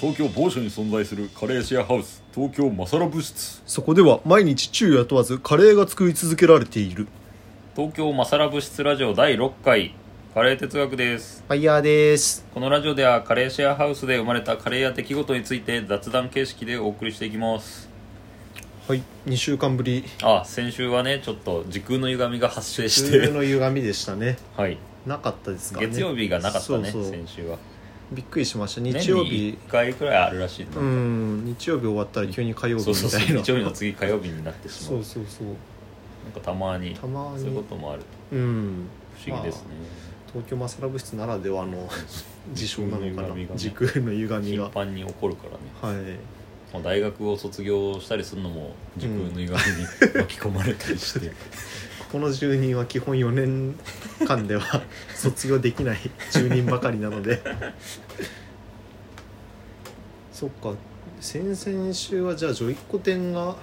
東京某所に存在するカレーシェアハウス東京マサラ物質そこでは毎日昼夜問わずカレーが作り続けられている東京マサラ物質ラジオ第6回カレー哲学ですファイヤーですこのラジオではカレーシェアハウスで生まれたカレーや出来事について雑談形式でお送りしていきますはい2週間ぶりあ先週はねちょっと時空の歪みが発生し週ての歪みでしたねはいなかったですかね月曜日がなかったねそうそう先週はびっくりしました日曜年に日1回くらいあるらしいなうん日曜日終わったら急に火曜日そうみたいそうなそう日曜日のそ次火曜日になってしまううそうそうなんかたまにたまそういうこにともあるうん不思議ですね、東京マサラ部室ならで はの事象なのかな時時空の歪みが頻繁に起こるからね、はいまあ、大学を卒業したりするのも時空の歪みに巻き込まれたりして、この住人は基本4年間で は卒業できない住人ばかりなのでそっか先々週はじゃあ女一個展が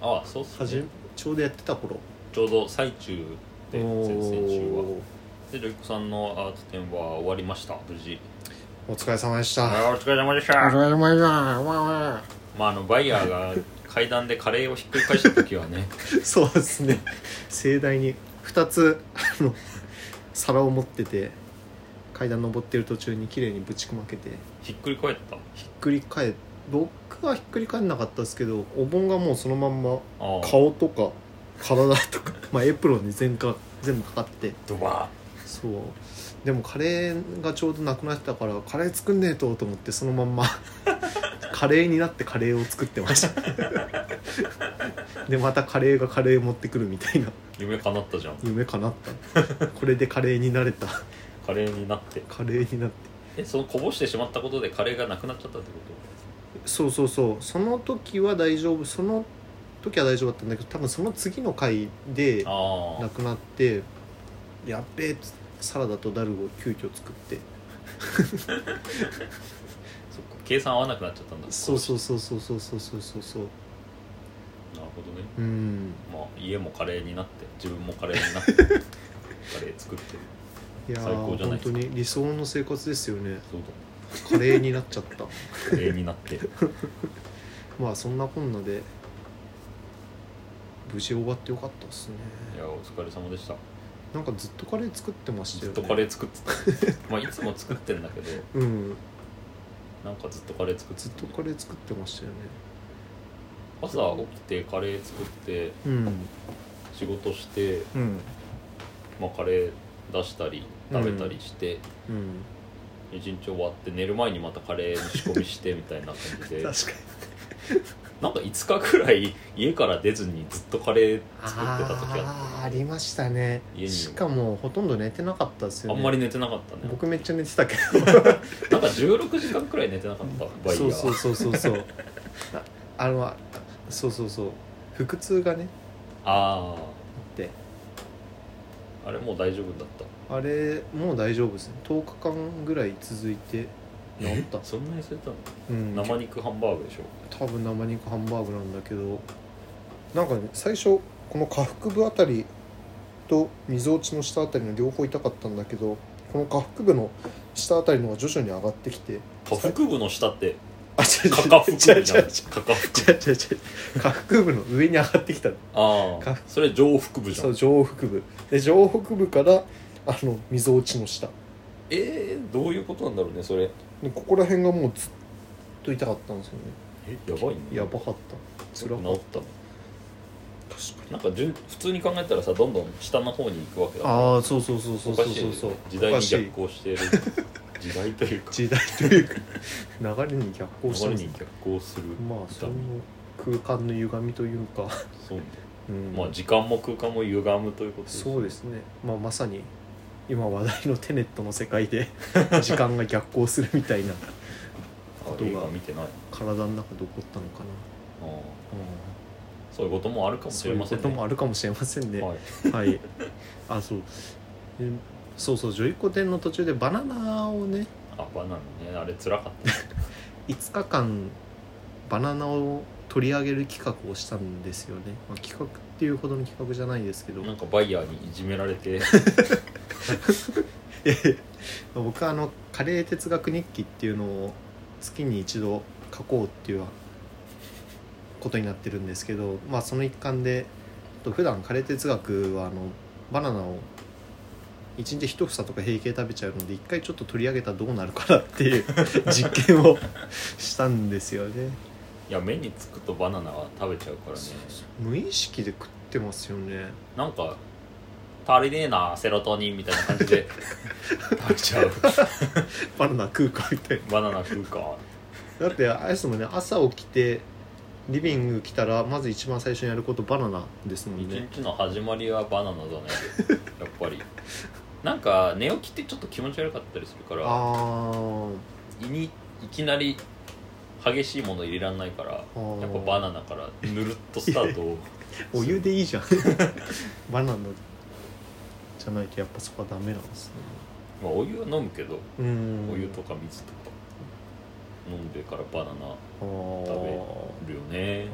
ああそうっす始めねちょうどやってた頃ちょうど最中で先々お週はーでジョイコさんのアート展は終わりました無事お疲れ様でしあたーお疲れ様でしおたれ様でしたわわまああのバイヤーが階段でカレーをひっくり返した時はね そうですね盛大に2つあの皿を持ってて階段登ってる途中に綺麗にぶちまけてひっくり返ったひっくり返僕はひっくり返んなかったですけどお盆がもうそのまんまああ顔とか体とか、 まあ、エプロンに全か全部かかってドバそうでもカレーがちょうどなくなってたからカレー作んねえとと思ってそのまんま カレーになってカレーを作ってましたでまたカレーがカレー持ってくるみたいなー夢叶ったじゃん夢かなったこれでカレーになれたカレーになってカレーになってえそのこぼしてしまったことでカレーがなくなっちゃったってこそうそうそうその時は大丈夫その時は大丈夫だったんだけど多分その次の回でとあなあくなってやっべえサラダとダルを急遽作ってそっか計算合わなくなっちゃったんだそうそうそうそうそうそうそうそうそうなるほどねうんまあ家もカレーになって自分もカレー になってカレー作ってるいやー最高じゃないで本す当かに理想の生活ですよねそうカレーになっちゃった だカレーになってまあそんなこんなで無事終わってよかったですねいやお疲れ様でしたなんかずっとカレー作ってましたずよっねとカレー作ってたまあいつも作ってんだけどうんなんかずっとカレー作ってずったとカレー作ってましたよね朝起きてカレー作ってうん仕事して、うんまあ、カレー出したり食べたりして、うん一日終わって寝る前にまたカレーの仕込みして みたいな感じで確かになんか5日くらい家から出ずにずっとカレー作ってた時あっあーありましたね家にしかもほとんど寝てなかったですたよあねんまり寝てなかったね僕めっちゃ寝てたけどなんか16時間くらい寝てなかったバイヤーそうそうそうそうそうあ あのあそうそうそう腹痛がねああってああれもう大丈夫だったあれもう大丈夫ですね10日間ぐらい続いて治ったそんなに捨てたのうん生肉ハンバーグでしょ多分生肉ハンバーグなんだけどなんかね最初この下腹部あたりとみぞおちの下あたりの両方痛かったんだけどこの下腹部の下あたりのが徐々に上がってきて下腹部の下ってあ 違う下下腹部じゃ違なうい違う違う違う違う違う下下腹下腹部の上に上がってきたあ下あ腹それ上腹部じゃそうん上腹部で上腹部からあのみぞおちの下えー、どういうことなんだろうねそれでここら辺がもうずっと痛かったんですよねえやばいねやばかった治つっらたかのった確なんか順普通に考えたらさどんどん下の方に行くわけだああそうそうそうそうおそかうしいそうそう時代おにかし逆い行している時代という か時代というか 流れに逆行して流まれすに逆行するまあその空間の歪みというか、そうねうんまあ時間も空間も歪むということですそうですね、まあ、まさに今話題のテネットの世界 で時間が逆行するみたいなあことが映画見てない体の中で起こったのかな、ああうそういうこともあるかもん、しそうれいうませこんねともあるかもしれませんねはい、はい、あそうえそうそうジョイコ展の途中でバナナをねあバナナねあれ辛かったね5日間バナナを取り上げる企画をしたんですよね、まあ、企画っていうほどの企画じゃないですけ どなんかバイヤーにいじめられ て僕はあのカレー哲学日記っていうのを月に一度書こうっていうことになってるんですけど、まあ、その一環でと普段カレー哲学はあのバナナを1日1房とか平気で食べちゃうので一回ちょっと取り上げたらどうなるかなっていう 実験をしたんですよねいや目につくとバナナは食べちゃうからね無意識で食ってますよねなんか足りねえなセロトニンみたいな感じ で食べちゃうバナナ食うかみたいなバナナ食うかだってあれですもんね朝起きてリビング来たらまず一番最初にやることバナナですも一んね日の始まりはバナナだ ねやっぱりなんか寝起きってちょっと気持ち悪かったりするからあ胃にいきなり激しいもの入れらんないからあーやっぱバナナからぬるっとスタートをーお湯でいいじゃん バナナじゃないとやっぱそこはダメなんですねまあお湯は飲むけどうんお湯とか水とか飲んでからバナナあー食いるよね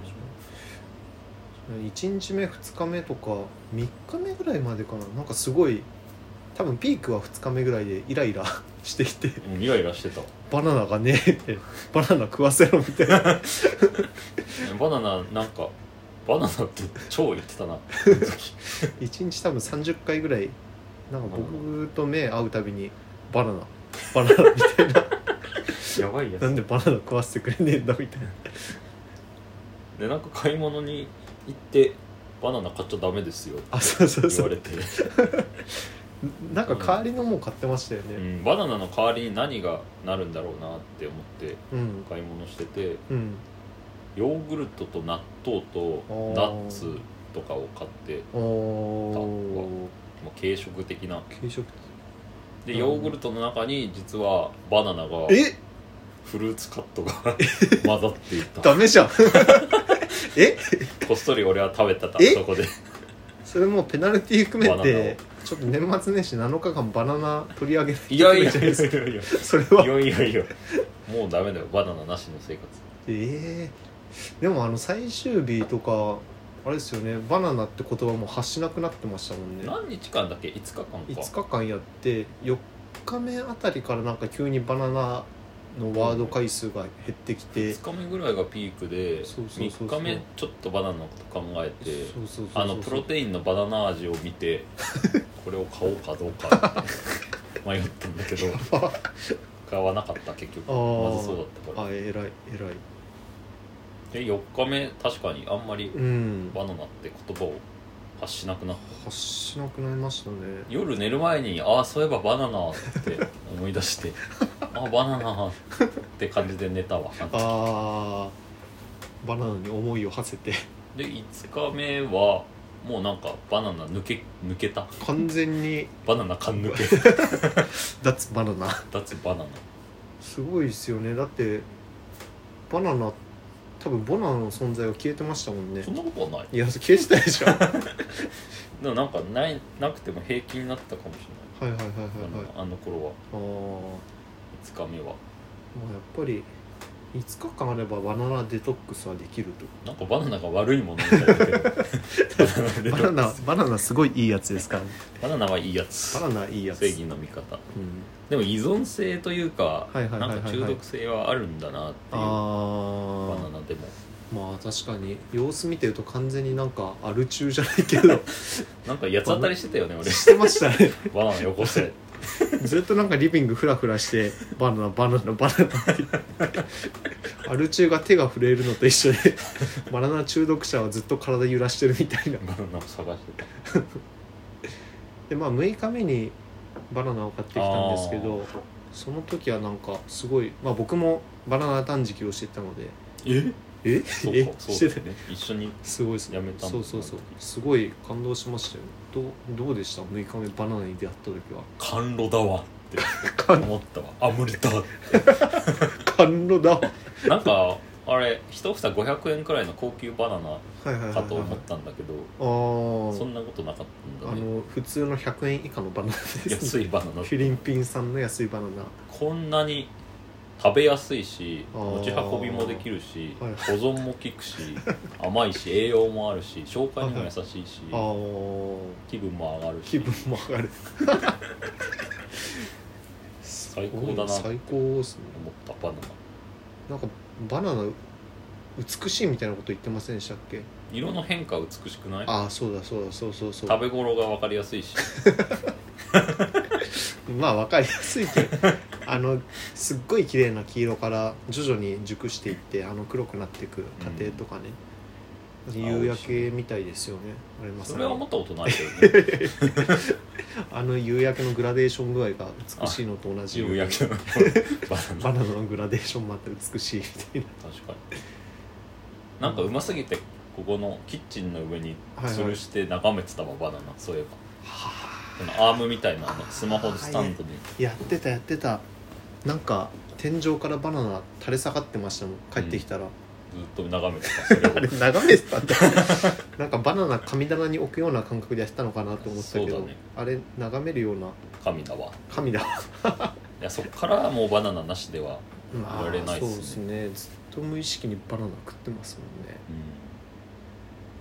1日目2日目とか3日目ぐらいまでかななんかすごい多分ピークは2日目ぐらいでイライラしてきてもうイライラしてたバナナがねえってバナナ食わせろみたいなバナナなんかバナナって超言ってたなその時1日多分30回ぐらいなんか僕と目合うたびにバナナバナナみた いな やばいやなんつでバナナ食わせてくれねえんだみたいなでなんか買い物に行ってバナナ買っちゃダメですよってあそうそう言そわうれ て、なんか代わりのもん買ってましたようねん、バナナの代わりに何がなるんだろうなって思ってうん買い物しててうんヨーグルトと納豆とおーナッツとかを買って、おーまあ、軽食的な軽食でうんヨーグルトの中に実はバナナがえフルーツカットが混ざっていたダメじ ゃんえこっそり俺は食べてたえそこでそれもうペナルティ含めバナナてちょっと年末年始7日間バナナ取り上げないいやいやじゃいやないでいすかやいやそれはいやいやいやもうダメだよバナナなしの生活ええでもあの最終日とかあれですよねバナナって言葉も発しなくなってましたもんね何日間だっけ5日間か5日間やって4日目あたりからなんか急にバナナのワード回数が減ってきて、 2日目ぐらいがピークでそうそうそうそう3日目ちょっとバナナのこと考えてそうそうそうそうあのプロテインのバナナ味を見 てこれを買おうかどうかって迷ったんだけど買わなかった結局あーまずそうだったからあえらいえらいで4日目確かにあんまりうんバナナって言葉を発しなくなった発しなくなりましたね夜寝る前にああそういえばバナナって思い出して あバナナって感じで寝たわあーバナナに思いを馳せて で5日目はもうなんかバナナ抜け抜けた完全にバナナ缶抜け脱バナナ脱バナナすごいですよねだってバナナ多分ボナナの存在は消えてましたもんねそんなことはないいや消えてたで しょはいはでもなんかないなくても平気になったかもしいはいはいはいれない、はいあのあの頃はあーも5日目はうやっぱり5日間あればバナナデトックスはできるとなんかバナナが悪いものみた いだけどバナナバナナすごいいいやつですから、ね、バナナはいいやつバナナいいやつ正義の味方うん、でも依存性というかはいはいはいはいはいなんか中毒性はあるんだなっていうバナあナでもあまあ確かに様子見てると完全になんかアル中じゃないけどなんか八つ当たりしてたよね 俺してましたねバナナよこせずっとなんかリビングフラフラしてバナナバナナバナナってアル中が手が震えるのと一緒でバナナ中毒者はずっと体揺らしてるみたいなバナナを探してたでまあ6日目にバナナを買ってきたんですけどその時はなんかすごい、まあ、僕もバナナ断食をしてたのでえ えそうえかそうしてだたよね一緒にすごいですやめたんだそうそうそうすごい感動しましたよどうどうでした6日目バナナに出会った時は甘露だわって甘思ったわあ無理だ甘露だわなんかあれ一房500円くらいの高級バナはいはいはいナはいかと思ったんだけどあーそんなことなかったんあだねの普通の100円以下のバナナです、安ね、いバナナフィリンピン産の安いバナナこんなに食べやすいしあー持ち運びもできるし保はい存も効く し甘いし栄養もあるし消化にも優しいしあー気分も上がる気し分も上がる最高だなと最高ですね思ったバナナなんかバナナ美しいみたいなこと言ってませんでしたっけ色の変化美しくないああそうだそうだそうそうそう食べ頃が分かりやすいしまあ分かりやすいけどあのすっごい綺麗な黄色から徐々に熟していってあの黒くなっていく過程とかね、ん夕焼けみたいですよねあれまさそにれは思ったことない けどねあの夕焼けのグラデーション具合が美しいのと同じよう夕に焼け のバナバナナナのグラデーションもあって美しいみたいな確かになんかうますぎてここのキッチンの上に吊るして眺めてたわバナナそういえばこのアームみたいなあのスマホスタンドにやってたやってたなんか天井からバナナ垂れ下がってましたもん帰ってきたら、ずっと眺めてたそれをあれ眺めてたんだ なんかバナナ神棚に置くような感覚でやってたのかなと思ったけそど、うだねあれ眺めるような神だわ 神だいやそっからもうバナナなしでは、まあ言われないっすそうねですねずっと無意識にバナナ食ってますもんね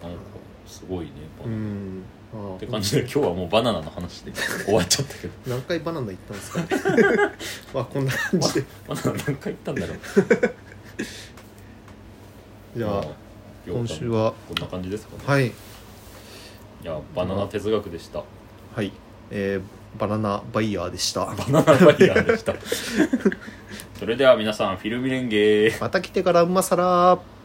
うん、なんかすごいねバうナナ、んああって感じで今日はもうバナナの話で 終わっちゃったけど何回バナナ言ったんですかね まあこんな感じでバナナ何回言ったんだろうじゃあもう今週はこんな感じですかね、はいい、やバナナ哲学でしたはいえーバナナバイヤーでしたバナナバリア ーでしたそれでは皆さんフィルミレンゲーまた来てからうまさら